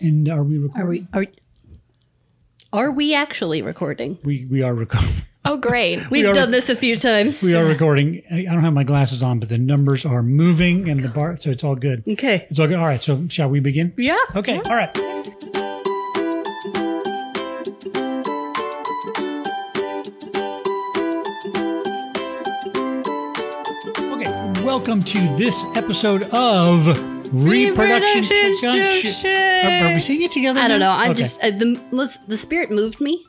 And are we recording? Are we are are we actually recording? We we are recording. Oh, great. We've are- done this a few times. We are recording. I I don't have my glasses on, but the numbers are moving and the bar, so it's all good. Okay. It's all good. All right. So shall we begin? Mm. Yeah. Okay. All right. Okay. Welcome to this episode of Reproduction. Junction. Are, are we seeing it together? I don't know. now? I'm Okay. just uh, the let's, the spirit moved me,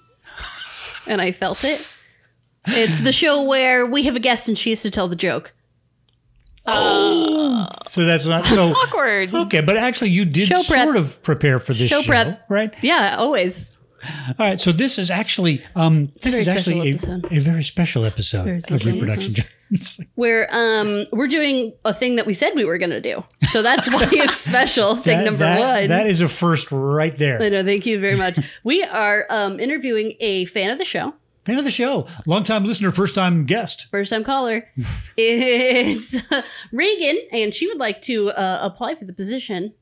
and I felt it. It's the show where we have a guest and she has to tell the joke. So that's not so. Awkward. Okay, but actually, you did Show prep. sort of prepare for this show, Show prep. right? Yeah, always. All right, so this is actually um, this very is actually special a, episode. a very special episode Very of special reproduction. It's like Where um we're doing a thing that we said we were gonna do. So that's why it's special. Thing that- number that- one. That is a first right I there. know. Thank you very much. we are um, interviewing a fan of the show, Fan of the show, longtime listener, first time guest. first time caller. it's uh, Reagan, and she would like to uh, apply for the position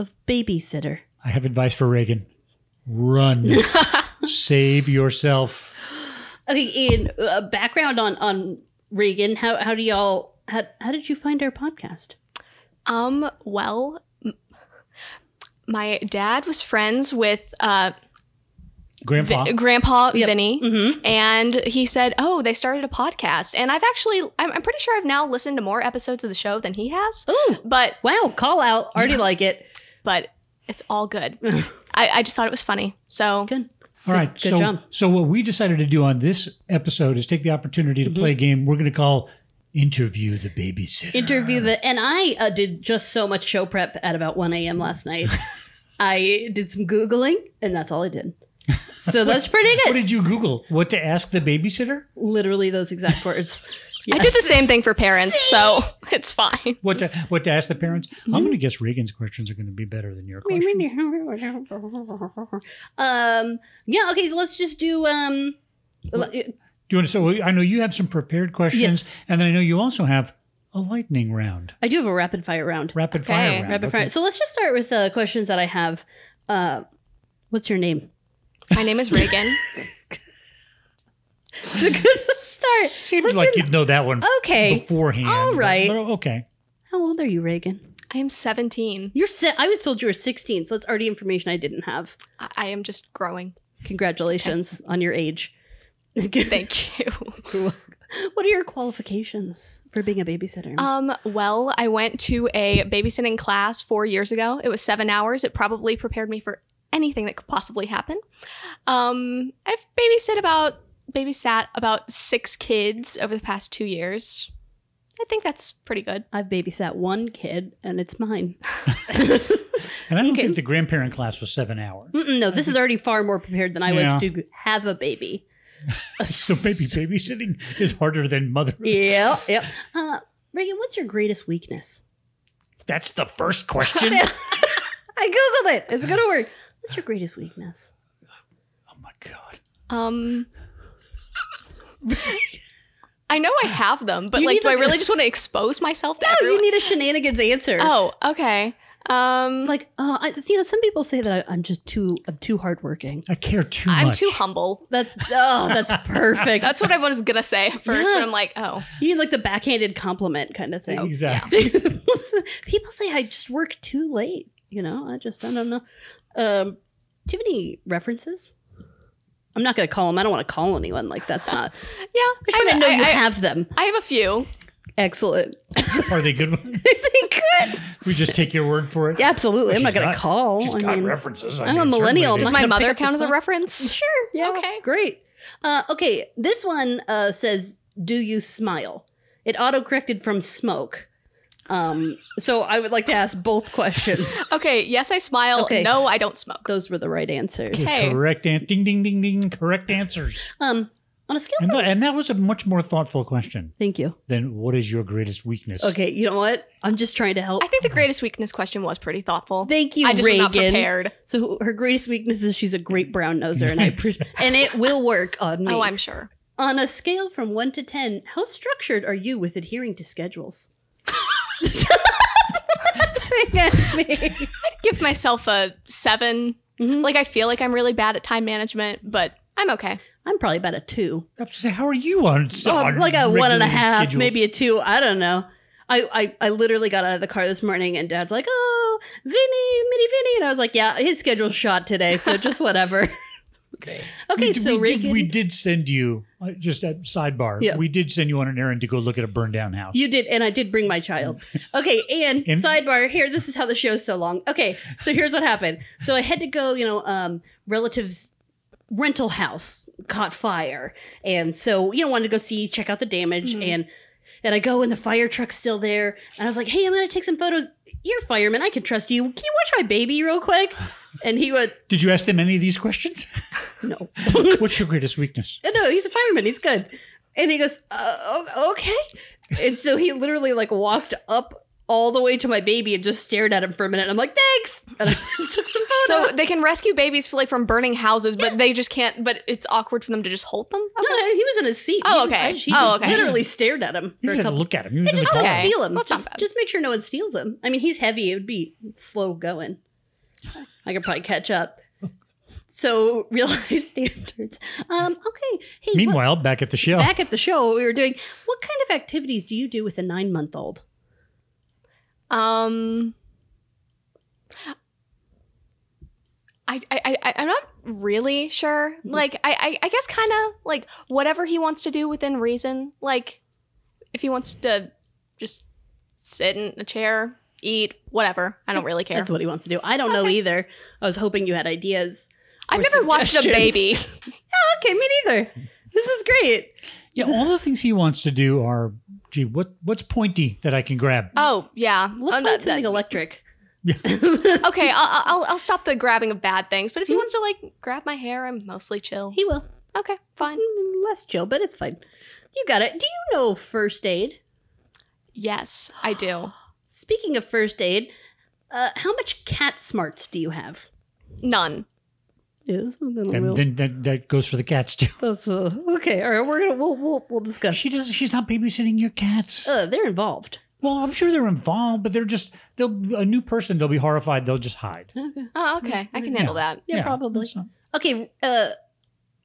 of babysitter. I have advice for Reagan: run, save yourself. Okay, Ian. Uh, background on on Reagan. How how do y'all how how did you find our podcast? Um, well, m- my dad was friends with uh, Grandpa, Vi- Grandpa Yep. Vinny. Mm-hmm. And he said, "Oh, they started a podcast." And I've actually, I'm, I'm pretty sure I've now listened to more episodes of the show than he has. Ooh, But, wow! Call out. Already like it. but it's all good. I, I just thought it was funny. So Good. All right. Good- good so, job. so what we decided to do on this episode is take the opportunity Mm-hmm. to play a game we're going to call "Interview the Babysitter." interview the and i uh, did just so much show prep at about 1 a.m last night i did some googling and that's all i did so that's pretty what good did you Google? What to ask the babysitter? literally those exact words I did the same thing for parents. So it's fine. What to what to ask the parents? I'm Mm-hmm. going to guess Reagan's questions are going to be better than your questions. um yeah okay so let's just do um l- Do you want to? So I know you have some prepared questions, Yes. and then I know you also have a lightning round, i do have a rapid fire round rapid Okay. fire round. rapid Okay. fire so let's just start with uh questions that i have uh what's your name My name is Reagan. it's a good start Seems Listen- like you'd know that one okay beforehand. All but- right. but okay. how old are you reagan I am 17. You're se- I was told you were 16, so that's already information I didn't have. I, I am just growing. Congratulations on your age. Thank you. What are your qualifications for being a babysitter? Uh, Um, well, I went to a babysitting class four years ago. It was seven hours. It probably prepared me for anything that could possibly happen. Um, I've babysat about babysat about six kids over the past two years. I think that's pretty good. I've babysat one kid, and it's mine. And I don't think the grandparent class was seven hours. Mm-mm, no, this is already far more prepared than I Yeah. was to have a baby. so maybe babysitting is harder than mother. Yeah, yep. Uh, Reagan, what's your greatest weakness? That's the first question. Oh I googled it. It's gonna work. What's your greatest weakness? oh my god. Um, I know I have them, but You like, need do I like- really just want to expose myself to Oh, everyone? you need a shenanigans answer. oh, okay. Um, like uh, I, you know, some people say that I, I'm just too I'm too hardworking. I care too I'm much. too humble. That's oh, that's perfect. That's what I was gonna say at first, Yeah. but I'm like, oh, you need like the backhanded compliment kind of thing. Exactly. People say I just work too late. You know, I just I don't know. Um, do you have any references? I'm not going to call them. I don't want to call anyone. Like that's not. yeah. I just want to know you I- have them. I have a few. Excellent. Are they good ones? they could. We just take your word for it. Yeah, absolutely. I'm She's not going got- to call. She's I got mean, references. I I'm a mean, millennial. certainly I'm Does they- not my gonna mother pick count this as a one. reference? Sure. Yeah. Okay. Great. Uh, okay. This one uh, says, "Do you smile?" It auto-corrected from smoke. Um, so I would like to ask both questions. Okay. Yes, I smile. Okay. No, I don't smoke. Those were the right answers. Hey. Correct answer. Ding, ding, ding, ding. Correct answers. Um, on a scale And, from th- and that was a much more thoughtful question thank you. than what is your greatest weakness? Okay, you know what? I'm just trying to help. I think the greatest weakness question was pretty thoughtful. Thank you, I just was Reagan. not prepared. So her greatest weakness is she's a great brown noser, and I pre- and it will work on me. Oh, I'm sure. on a scale from one to ten. How structured are you with adhering to schedules? laughing at me. give myself a seven. Mhm. Like I feel like I'm really bad at time management, but I'm okay. I'm probably about a two. I have to say, how are you on? Oh, on like a one and a regulated half, schedules? maybe a two. I don't know. I, I, I literally got out of the car this morning and dad's like, oh, Vinny, Mini Vinny. And I was like, yeah, his schedule's shot today, so just whatever. Okay. okay, we, d- so we Reagan, did, we did send you uh, just a sidebar. Yeah. We did send you on an errand to go look at a burned down house. you did, and I did bring my child. Okay, and, And- sidebar here, this is how the show's so long. Okay, so here's what happened. So I had to go, you know, um, relatives rental house caught fire and so you know wanted to go see check out the damage Mhm. and and i go and the fire truck's still there and i was like hey i'm gonna take some photos you're a fireman i can trust you can you watch my baby real quick and he went did you ask them any of these questions? no What's your greatest weakness? no he's a fireman he's good and he goes uh, o- okay and so he literally like walked up all the way to my baby and just stared at him for a minute i'm like thanks and i took some So photos they can rescue babies for, like from burning houses, but they just can't. But it's awkward for them to just hold them. no, he was in his seat. Oh, He was- okay. I- He Oh, just okay. literally stared at him You for just a had to couple look at him. He was in the Just car. don't Okay. steal him. That's not just, bad. just make sure no one steals him. I mean, he's heavy. It would be slow going. I could probably catch up. So realize standards. Um, okay. Hey, what- Meanwhile, back at the show, back at the show, what we were doing. What kind of activities do you do with a nine-month-old? Um, I, I, I, I- I'm not really sure. Hmm. Like, I, I, I guess kind of like whatever he wants to do within reason. Like, if he wants to just sit in a chair, eat, whatever, I don't really care. That's what he wants to do. I don't know either. I was hoping you had ideas. I've or never watched a suggestions. baby. Okay, me neither. This is great. yeah, all the things he wants to do are, gee, what what's pointy that I can grab? Oh yeah, Let's Oh, find that- something that- electric. okay, I'll, I'll, I'll stop the grabbing of bad things. But if he wants to like grab my hair, I'm mostly chill. Hmm? He will. Okay, fine. It's less chill, but it's fine. You got it. Do you know first aid? Yes, I do. Speaking of first aid, uh, how much cat smarts do you have? None. and then that, that goes for the cats too. That's uh, okay. All right, we're gonna we'll we'll, we'll discuss. She does. She's not babysitting your cats. Uh, they're involved. well, I'm sure they're involved, but they're just they'll a new person. They'll be horrified. They'll just hide. Okay. Oh, okay. I can handle that. Yeah, probably. that's not- Okay. Uh,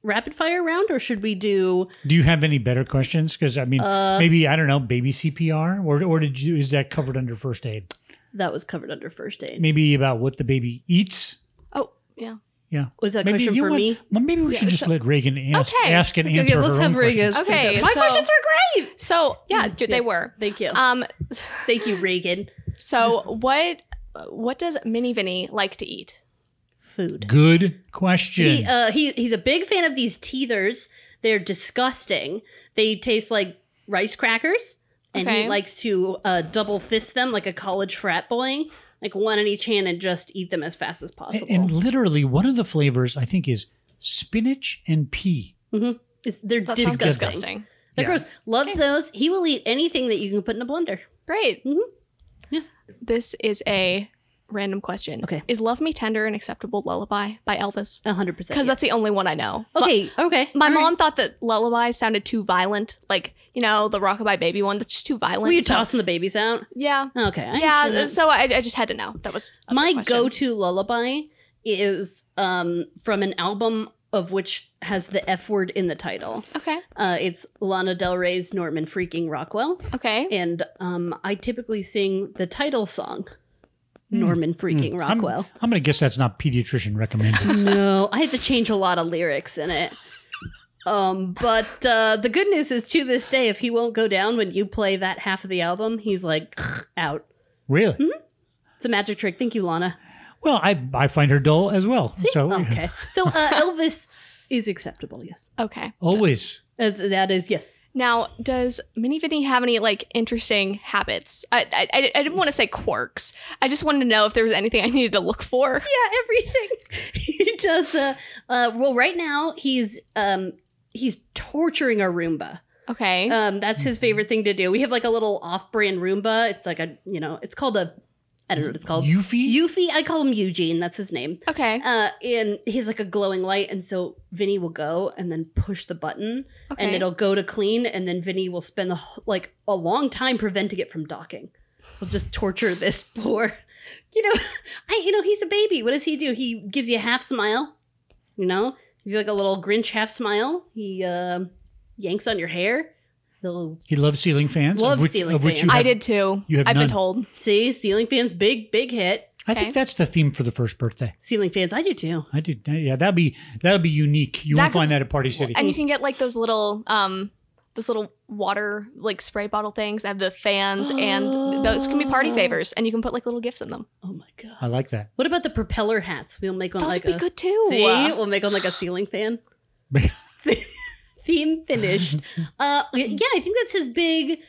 rapid fire round, or should we do? Do you have any better questions? Because I mean, Uh, maybe I don't know, baby CPR, or or did you is that covered under first aid? that was covered under first aid. Maybe about what the baby eats. Oh, yeah. Yeah, Was that a maybe question you for want- me? Well, maybe we Yeah, should just so- let Reagan ask Okay. ask and answer let's her own have Reagan. questions. Okay, My so- questions are great. So yeah, d- they Uh, Mm, Yes. were. Thank you. Um, Uh, Thank you, Reagan. so what what does Mini Vinny like to eat? Food. Good question. He, uh, he he's a big fan of these teethers. They're disgusting. They taste like rice crackers, and he Okay. likes to uh, double fist them like a college frat boy, like one in each hand, and just eat them as fast as A- possible. and, literally, one of the flavors I think is spinach and pea. Mm-hmm. It's- they're That sounds disgusting. disgusting. They're Yeah. gross. Loves those. He will eat anything that you can put in a blender. Great. Mhm. Yeah. This is a random question. Okay. Is "Love Me Tender" an acceptable lullaby by Elvis? A hundred percent. Because that's the only one I know. But okay. Okay. My All right. mom thought that lullaby sounded too violent, like you know the Rockabye Baby one. That's just too violent. Were you so- tossing the babies out? Yeah. Okay. I yeah. understand that. So I, I just had to know. That was a my question. go-to lullaby is um, from an album of which has the F word in the title. Okay. Uh, it's Lana Del Rey's Norman Freaking Rockwell, Okay. and um, I typically sing the title song, Hmm. Mm. Norman Freaking Mm. I'm- Rockwell. I'm gonna guess that's not pediatrician recommended. no, I had to change a lot of lyrics in it. Um, but uh, the good news is, to this day, if he won't go down when you play that half of the album, he's like out. really? Hmm? It's a magic trick. Thank you, Lana. Well, I I find her dull as well. See? So okay. So uh, Elvis is acceptable. Yes. Okay. always. As that is yes. Now, does Mini Vinny have any like interesting habits? I I, I- I didn't want to say quirks. I just wanted to know if there was anything I needed to look for. Yeah, everything. he does. Uh, uh, well, right now he's um he's torturing a Roomba. Okay. Um, that's his favorite thing to do. We have like a little off-brand Roomba. It's like a you know, it's called a I don't know what it's called. Yuffie. Yuffie, I call him Eugene. That's his name. okay. Uh, and he's like a glowing light, and so Vinny will go and then push the button, Okay. and it'll go to clean, and then Vinny will spend the, wh- like a long time preventing it from docking. He'll just torture this poor you know, I you know he's a baby. What does he do? He gives you a half smile. You know, he's like a little Grinch half smile. He um yanks on your hair. He'll He loves ceiling fans. Loves of which, ceiling of which You fans. have, I did too. you have I've none. been told. see ceiling fans, big big hit. I think Okay. that's the theme for the first birthday. Ceiling fans, I do too. I did. Yeah, that'd be that'd be unique. You That won't could- find that at Party City. And you can get like those little um those little water like spray bottle things that have the fans and those can be party Oh. favors and you can put like little gifts in them. Oh my god! I like that. What about the propeller hats? We'll make one Those like would a be good too. see. We'll make one like a ceiling fan. Theme finished. Uh, yeah, I think that's his big.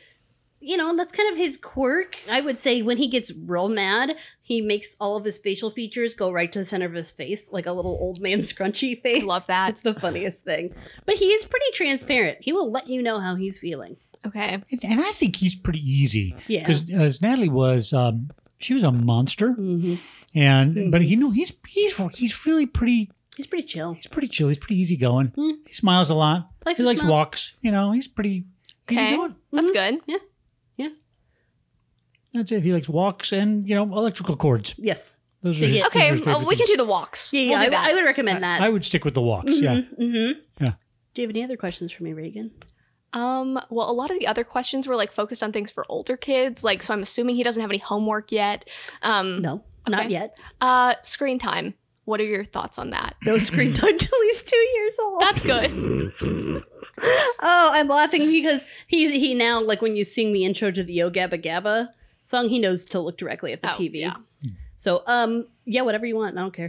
You know, that's kind of his quirk. I would say when he gets real mad, he makes all of his facial features go right to the center of his face, like a little old man scrunchy face. Love that. It's the funniest thing. But he is pretty transparent. He will let you know how he's feeling. Okay. And- And I think he's pretty easy Yeah. because as Natalie was, um, she was a monster, hmm and but you know he's he's he's really pretty. He's pretty chill. He's pretty chill. He's pretty easygoing. Mm. He smiles a lot. Likes he to likes smile. walks. You know, he's pretty Okay. easygoing. That's Mm-hmm. good. That's it. He likes walks and you know electrical cords. Yes. Those are his, Yeah. Okay, Those are his uh, favorite we can things. do the walks. Yeah, yeah. We'll do I, that. I would recommend that. I would stick with the walks. Yeah. Mhm, mhm. Yeah. Do you have any other questions for me, Reagan? Um, well, a lot of the other questions were like focused on things for older kids, like so I'm assuming he doesn't have any homework yet. Um, No, not Okay. yet. uh, screen time. What are your thoughts on that? No screen time till he's two years old. That's good. oh, I'm laughing because he's he now like when you sing the intro to the Yo Gabba Gabba song, he knows to look directly at the Oh, TV. yeah. Hmm. So, um, yeah, whatever you want, I don't care.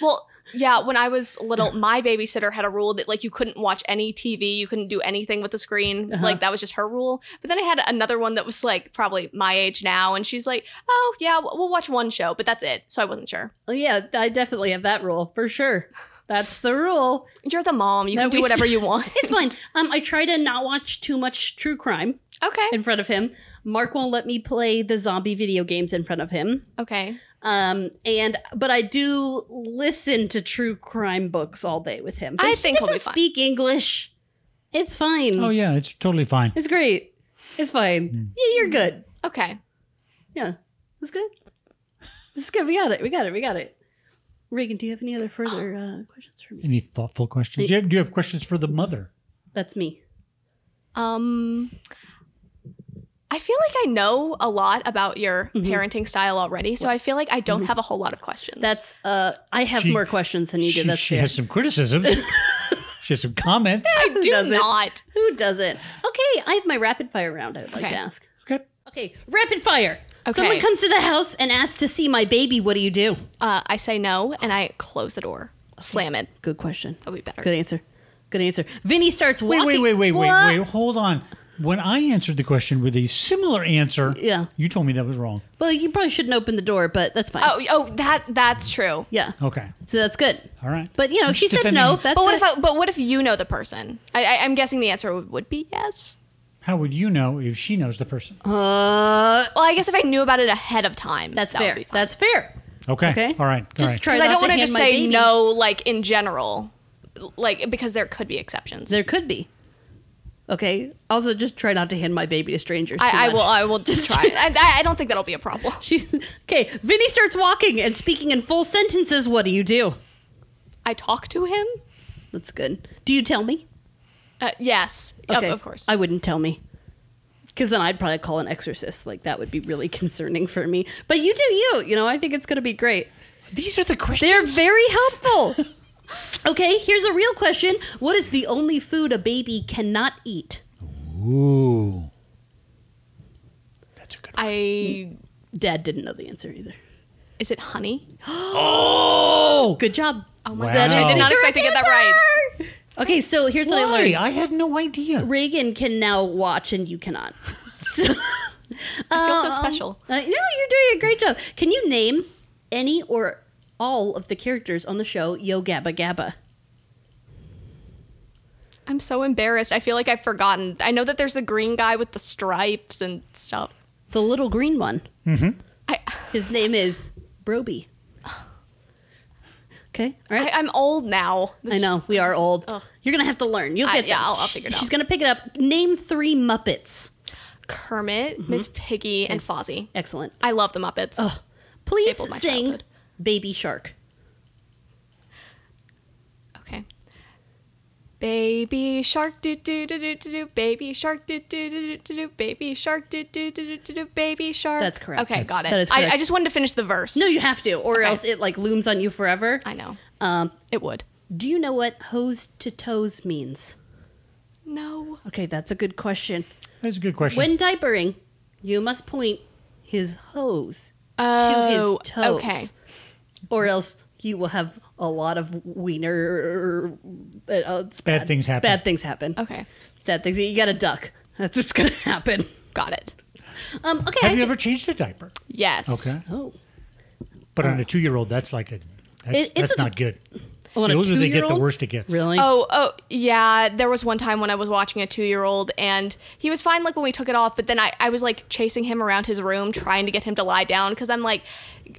Well, yeah, when I was little, my babysitter had a rule that like you couldn't watch any TV, you couldn't do anything with the screen. Uh-huh. Like that was just her rule. But then I had another one that was like probably my age now, and she's like, "Oh yeah, we'll we'll watch one show, but that's it." So I wasn't sure. Oh yeah, I definitely have that rule for sure. That's the rule. You're the mom; you No, can do we- whatever you want. It's fine. Um, I try to not watch too much true crime okay. in front of him. Mark won't let me play the zombie video games in front of him. Okay. Um, and but I do listen to true crime books all day with him. But I he think we'll doesn't be fine. speak English. It's fine. Oh yeah, it's totally fine. It's great. It's fine. Mm. Yeah, you're good. Okay. Yeah, it's good. It's good. We got it. We got it. We got it. Reagan, do you have any other further uh, questions for me? Any thoughtful questions? It- Do you, have, do you have questions for the mother? That's me. Um, I feel like I know a lot about your Mhm. parenting style already, so I feel like I don't Mhm. have a whole lot of questions. That's uh, I have She- more questions than you do. she, That's she fair. has some criticisms. she has some comments. I do not. Who doesn't? Okay, I have my rapid fire round. I would like Okay. to ask. Okay. Okay, rapid fire. Okay. Someone comes to the house and asks to see my baby. What do you do? Uh, I say no, and I close the door, slam it. Good question. That'll be better. Good answer. Good answer. Vinny starts Wait, walking. wait, wait, wait, wait, What? wait. Hold on. When I answered the question with a similar answer, Yeah. you told me that was wrong. Well, you probably shouldn't open the door, but that's fine. Oh, oh, that that's true. Yeah. Okay. So that's good. All right. But you know, I'm she just said defending- no. That's but what a- if I, but what if you know the person? I, I, I'm guessing the answer would, would be yes. How would you know if she knows the person? uh, Well, I guess if I knew about it ahead of time, that's that fair. Would be fine. That's fair. Okay. Okay. All right. Just All right. try not because I don't to want to hand just my say baby. no, like in general, like because there could be exceptions. There could be. Okay. Also, just try not to hand my baby to strangers. too I, I much. will. I will just try. I, I- I don't think that'll be a problem. She's okay. Vinny starts walking and speaking in full sentences. What do you do? I talk to him. That's good. Do you tell me? Uh, yes, Of- of, course. I wouldn't tell me. Because then I'd probably call an exorcist. Like, that would be really concerning for me. But you do you. You know, I think it's going to be great. These are the questions. They're very helpful. okay, here's a real question What is the only food a baby cannot eat? Ooh. That's a good one. I Dad didn't know the answer either. is it honey? Oh! Good job. Oh my Wow. gosh! I That's did not the expect to get that right. Okay, so here's what I learned. Why? I had no idea. Reagan can now watch and you cannot. So, I feel so Um, special. Uh, no, you're doing a great job. Can you name any or all of the characters on the show Yo Gabba Gabba? I'm so embarrassed. I feel like I've forgotten. I know that there's the green guy with the stripes and stuff. The little green one. I, His name is Broby. Okay, all I right. I'm old now. I, This- know we are this- old. ugh. You're gonna have to learn. You'll I- get yeah, them. I'll- I'll figure it She's out. gonna pick it up. Name three Muppets. Kermit, Miss Piggy, and Fozzie. Excellent. I love the Muppets. Mm-hmm. Ugh. Please Staple of my sing childhood. Baby Shark. Okay. Baby shark do do do do do do baby shark do do do do do do baby shark do do do do do do baby shark. That's correct. Okay, That's- got it. that is I, correct. I just wanted to finish the verse. No, you have to, or Okay. else it like looms on you forever. I know. Um, It would. do you know what hose to toes means? No. Okay, that's a good question. That's a good question. When diapering, you must point his hose to his Oh, toes. okay. Or else you will have a lot of wiener. Uh, it's Bad things happen. Bad things happen. Okay. Bad things. You got to duck. That's what's going to happen. Got it. Um, okay. I Have you thi- ever changed a diaper? Yes. Okay. Oh. But on a two year old, that's like a that's, It- it's that's a- not good. On a The older they get, the two-year-old? worse it gets. Really? Oh, oh, yeah. There was one time when I was watching a two-year-old, and he was fine, like when we took it off. But then I, I was like chasing him around his room, trying to get him to lie down, because I'm like,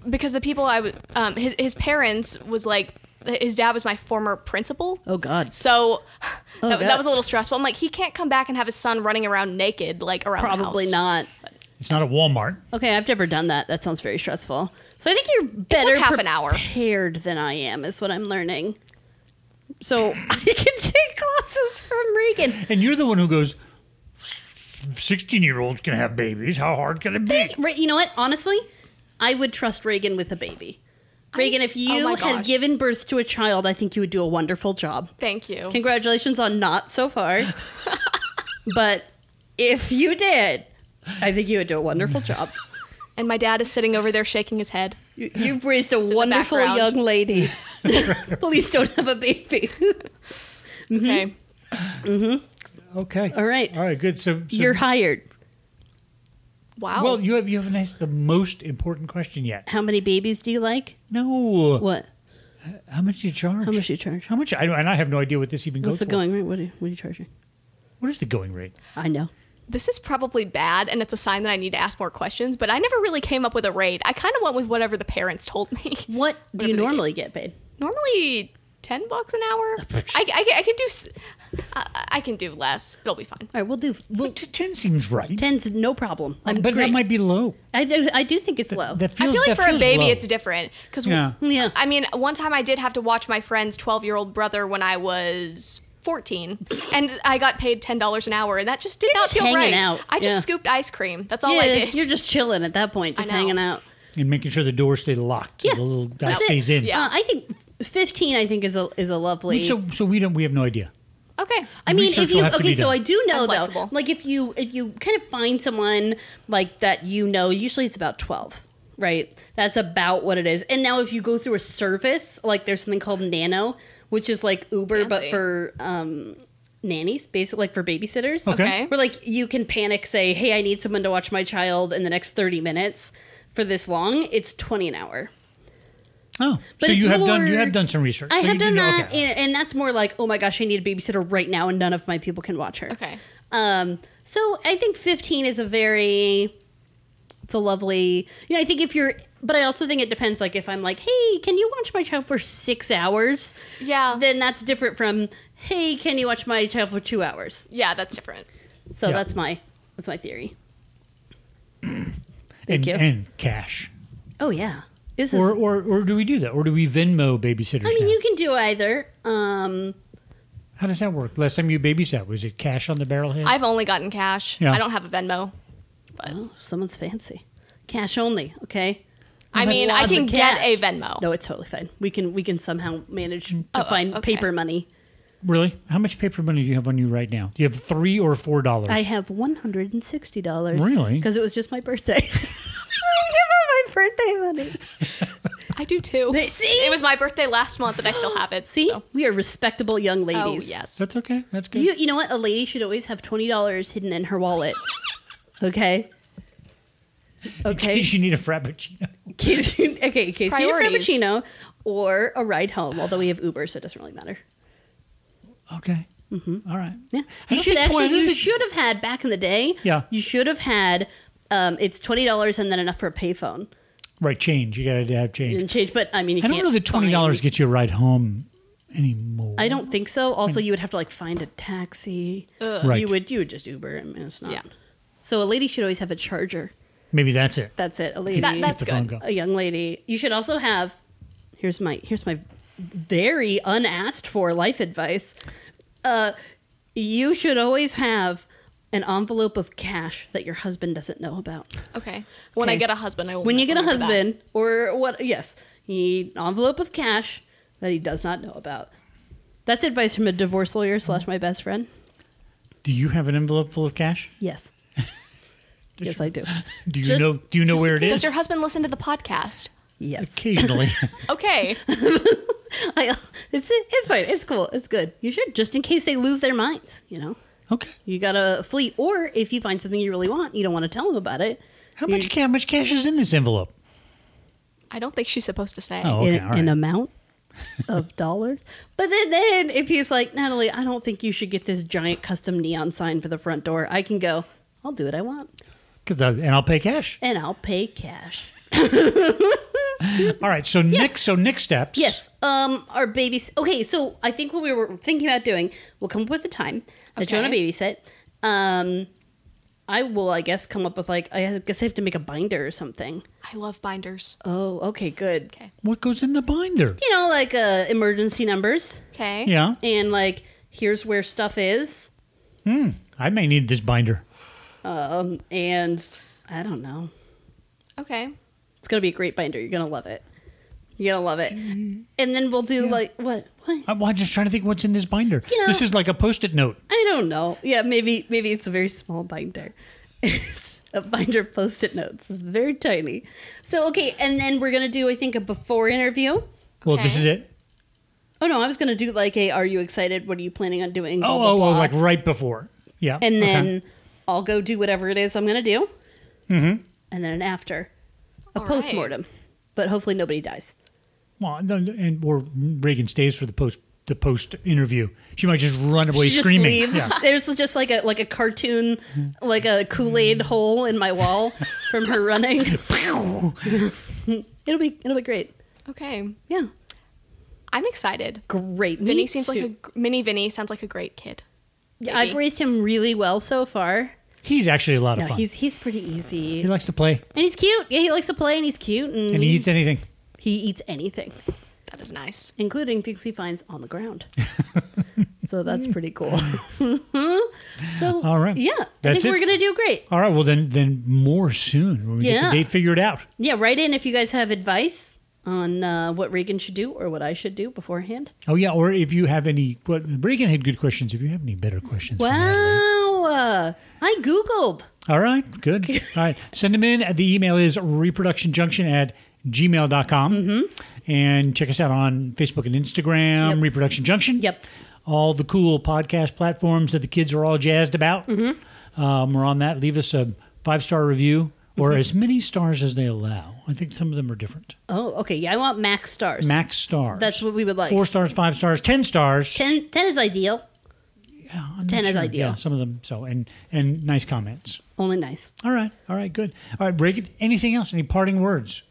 because the people I was, um, his his parents was like, his dad was my former principal, Oh, God. Oh, so that, God. that was a little stressful. I'm like, he can't come back and have his son running around naked, like around the Probably house. not. It's not a Walmart. Okay, I've never done that. That sounds very stressful. So I think you're better half an hour. prepared than I am, is what I'm learning. So I can take classes from Regan. And you're the one who goes, 16 year olds can have babies. How hard can it be? Right, you know what? Honestly, I would trust Reagan with a baby. Reagan, if you Oh my had gosh. given birth to a child, I think you would do a wonderful job. Thank you. Congratulations on not so far. but if you did, I think you would do a wonderful job. and my dad is sitting over there shaking his head. You, you've raised a wonderful background. young lady. Please don't have a baby. Mm-hmm. Okay. Okay. All right. All right. Good. So, so You're hired. Wow. well, you have you haven't asked the most important question yet. How many babies do you like? No. What? How much do you charge? How much do you charge? How much? I don't, and I have no idea what this even What's goes the for. going rate? What are, you- what are you charging? What is the going rate? I know. this is probably bad and it's a sign that I need to ask more questions, but I never really came up with a rate. I kind of went with whatever the parents told me. What do Whatever you they normally get paid? Normally 10 bucks an hour. I, I, I can do s- I, I can do less. It'll be fine. All right, we'll do. We'll, T- Ten seems right, Ten's no problem. I'm but great. that might be low. I, do, I do think it's low. That I feels, feel like that for a feels baby low. it's different cuz yeah. yeah. I mean, one time I did have to watch my friend's 12-year-old brother when I was 14 and I got paid $10 an hour and that just did not just feel hanging right. out, I just yeah. scooped ice cream. That's all I Yeah, did. You're just chilling at that point, just know. hanging out. And making sure the doors stay locked so Yeah, the little guy That's it. stays in. Yeah. Uh, I think 15. I think is a is a lovely. So so we don't we have no idea. okay. I mean, Research if will you have to okay, be so done. I do know I'm though, flexible. like if you if you kind of find someone like that you know, usually it's about twelve, right? That's about what it is. And now if you go through a service, like there's something called Nano, which is like Uber but Fancy. for um, nannies, basically like for babysitters. Okay. Okay. Where like you can panic, say, "Hey, I need someone to watch my child in the next thirty minutes for this long." It's twenty an hour. Oh, But so it's you have done you more- have done some research. I So have you do done know- that, okay. and, and that's more like, oh my gosh, I need a babysitter right now, and none of my people can watch her. Okay. Um, so I think 15 is a very, it's a lovely, you know, I think if you're, but I also think it depends. Like if I'm like, hey, can you watch my child for six hours? Yeah. Then that's different from, hey, can you watch my child for two hours? yeah, that's different. So Yeah. that's my, that's my theory. and, you. and cash. Oh yeah. This Or, is, or or do we do that? Or do we Venmo babysitters I mean, now? you can do either. Um, How does that work? Last time you babysat, was it cash on the barrel head? I've only gotten cash. Yeah. I don't have a Venmo. oh, someone's fancy. Cash only. Okay. I that's mean, I lots can of get cash. a Venmo. No, it's totally fine. We can we can somehow manage to Oh, find okay. paper money. really? How much paper money do you have on you right now? Do you have three or four dollars? I have one hundred and sixty dollars. Really? Because it was just my birthday. Give her my birthday money. I do too. They- see? It was my birthday last month and I still have it. See, so- we are respectable young Oh, ladies. yes. That's okay. That's good. You you know what? A lady should always have twenty dollars hidden in her wallet. Okay. Okay. you need a frappuccino. In case you- okay. In case you need a Priorities. frappuccino or a ride home, although we have Uber, so it doesn't really matter. Okay. Mm-hmm. right. I Yeah. You don't should think actually 20 you is- should have had back in the day. Yeah. You should have had um, it's twenty dollars and then enough for a payphone Right. Change. You got to have change. and change. But I mean, you I don't can't know that twenty dollars find- gets you a ride home anymore. I don't think so. Also, you would have to like find a taxi. Right. You would you would just Uber. I mean, it's not. Yeah. So a lady should always have a charger. Maybe that's it. That's it. A lady. That- that's the phone good. go. a young lady. You should also have. Here's my here's my very unasked for life advice. Uh, you should always have an envelope of cash that your husband doesn't know about. Okay. When I Okay. get a husband, I will. When you get a remember that. husband or what? Yes, he envelope of cash that he does not know about. That's advice from a divorce lawyer slash my best friend. Do you have an envelope full of cash? Yes. yes, I do. Do you Just- know? Do you know where it Does is? your husband listen to the podcast? Yes. Occasionally. Okay. I, it's it's fine. It's cool. It's good. You should just in case they lose their minds. You know. okay. You got a fleet, or if you find something you really want, you don't want to tell them about it. How much? How much cash is in this envelope? I don't think she's supposed to say. Oh, okay. in all right. an amount of dollars. But then, then if he's like, Natalie, I don't think you should get this giant custom neon sign for the front door. I can go. I'll do what I want, 'Cause I- and I'll pay cash. and I'll pay cash. All right. So next. So next steps. Yes. Um. Our babies. Okay. So I think what we were thinking about doing, we'll come up with a time that you want to Okay. babysit. Um. I will, I guess, come up with like I guess I have to make a binder or something. I love binders. Oh, okay, good. What goes in the binder? You know, like uh, emergency numbers. Okay. Yeah. and like here's where stuff is I may need this binder. um and i don't know Okay. it's gonna be a great binder you're gonna love it you're gonna love it and then we'll do like what what I'm I'm just trying to think what's in this binder. You know- this is like a post-it note. i don't know yeah maybe maybe it's a very small binder it's a binder of post-it notes it's very tiny so okay and then we're gonna do i think a before interview Well, this Okay. is it. oh no i was gonna do like a are you excited what are you planning on doing Blah, Oh, blah, oh, oh, blah. like right before. Yeah. and okay. then I'll go do whatever it is I'm gonna do, mm-hmm. and then an after, a All right. post mortem, but hopefully nobody dies. Well, no, no, and or Reagan stays for the post the post interview. She might just run away she just screaming. leaves. Yeah. There's just like a like a cartoon, like a Kool Aid hole in my wall from her running. it'll be it'll be great. Okay. Yeah, I'm excited. great. Me Vinny seems like too. a gr- mini Vinny sounds like a great kid. Yeah, I've baby. raised him really well so far. He's actually a lot No, of fun. he's he's pretty easy, he and likes to play he's cute. Yeah, he likes to play, and he's cute, and, and he eats anything. he eats anything. That is nice. including things he finds on the ground. so that's pretty cool. so All right. yeah, I That's think it. we're gonna do great. All right. Well, then then more soon when we get Yeah. the date figured out. Yeah, write in if you guys have advice on uh, what Reagan should do or what I should do beforehand. Oh yeah. Or if you have any, well, Reagan had good questions. If you have any better questions, for Natalie. Wow, uh, I googled. All right. Good. All right. Send them in. The email is reproductionjunction at gmail.com. Mm-hmm. And check us out on Facebook and Instagram, Yep. Reproduction Junction. Yep. all the cool podcast platforms that the kids are all jazzed about. Mm-hmm. Um, we're on that. Leave us a five star review or as many stars as they allow. I think some of them are different. Oh, okay. Yeah, I want max stars. Max stars. That's what we would like. Four stars, five stars, ten stars. Ten, ten is ideal. I'm not 10 is ideal. Yeah, some of them. So and and nice comments. Only nice. All right, all right, good. All right, Reagan. Anything else? Any parting words?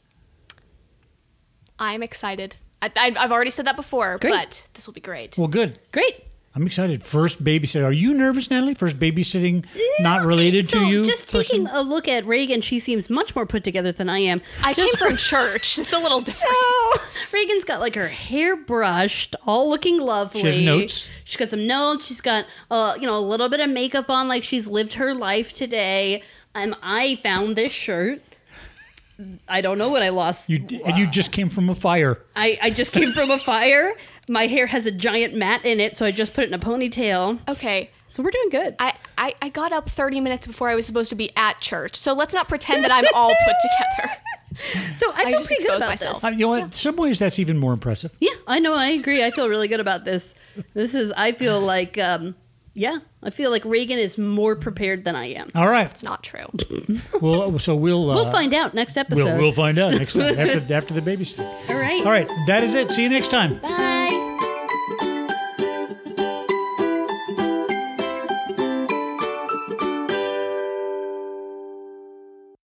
I'm excited. I, I, I've already said that before, Great. but this will be great. Well, good. Great. I'm excited. First babysitter. Are you nervous, Natalie? First babysitting, not related so to you. just person? taking a look at Reagan, she seems much more put together than I am. I came just from church. It's a little different. Oh, Reagan's got like her hair brushed, all looking lovely. She has notes. She's got some notes. She's got uh, you know, a little bit of makeup on, like she's lived her life today. Um, I found this shirt. I don't know what I lost. You d- and you just came from a fire. I, I just came from a fire. My hair has a giant mat in it, so I just put it in a ponytail. Okay. So we're doing good. I, I, I got up 30 minutes before I was supposed to be at church, so let's not pretend that I'm all put together. so I, feel just pretty good exposed about myself. this. Uh, you know what? In some ways, that's even more impressive. Yeah, I know. I agree. I feel really good about this. This is. I feel like. um Yeah, I feel like Reagan is more prepared than I am. All right. It's not true. Well, so we'll uh, We'll find out next episode. We'll, we'll find out next time after after the babysitter. All right. All right. That is it. See you next time. Bye.